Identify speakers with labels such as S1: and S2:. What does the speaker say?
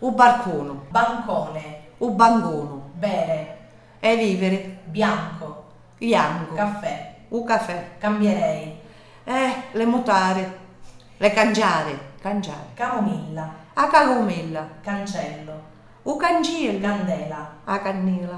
S1: o barcono,
S2: bancone,
S1: o bangono,
S2: bere,
S1: e vivere,
S2: bianco,
S1: bianco,
S2: caffè,
S1: o caffè,
S2: cambierei,
S1: eh, le mutare, le cangiare, cangiare,
S2: camomilla,
S1: a cagomella,
S2: cancello,
S1: o cangiela,
S2: candela,
S1: a cannella,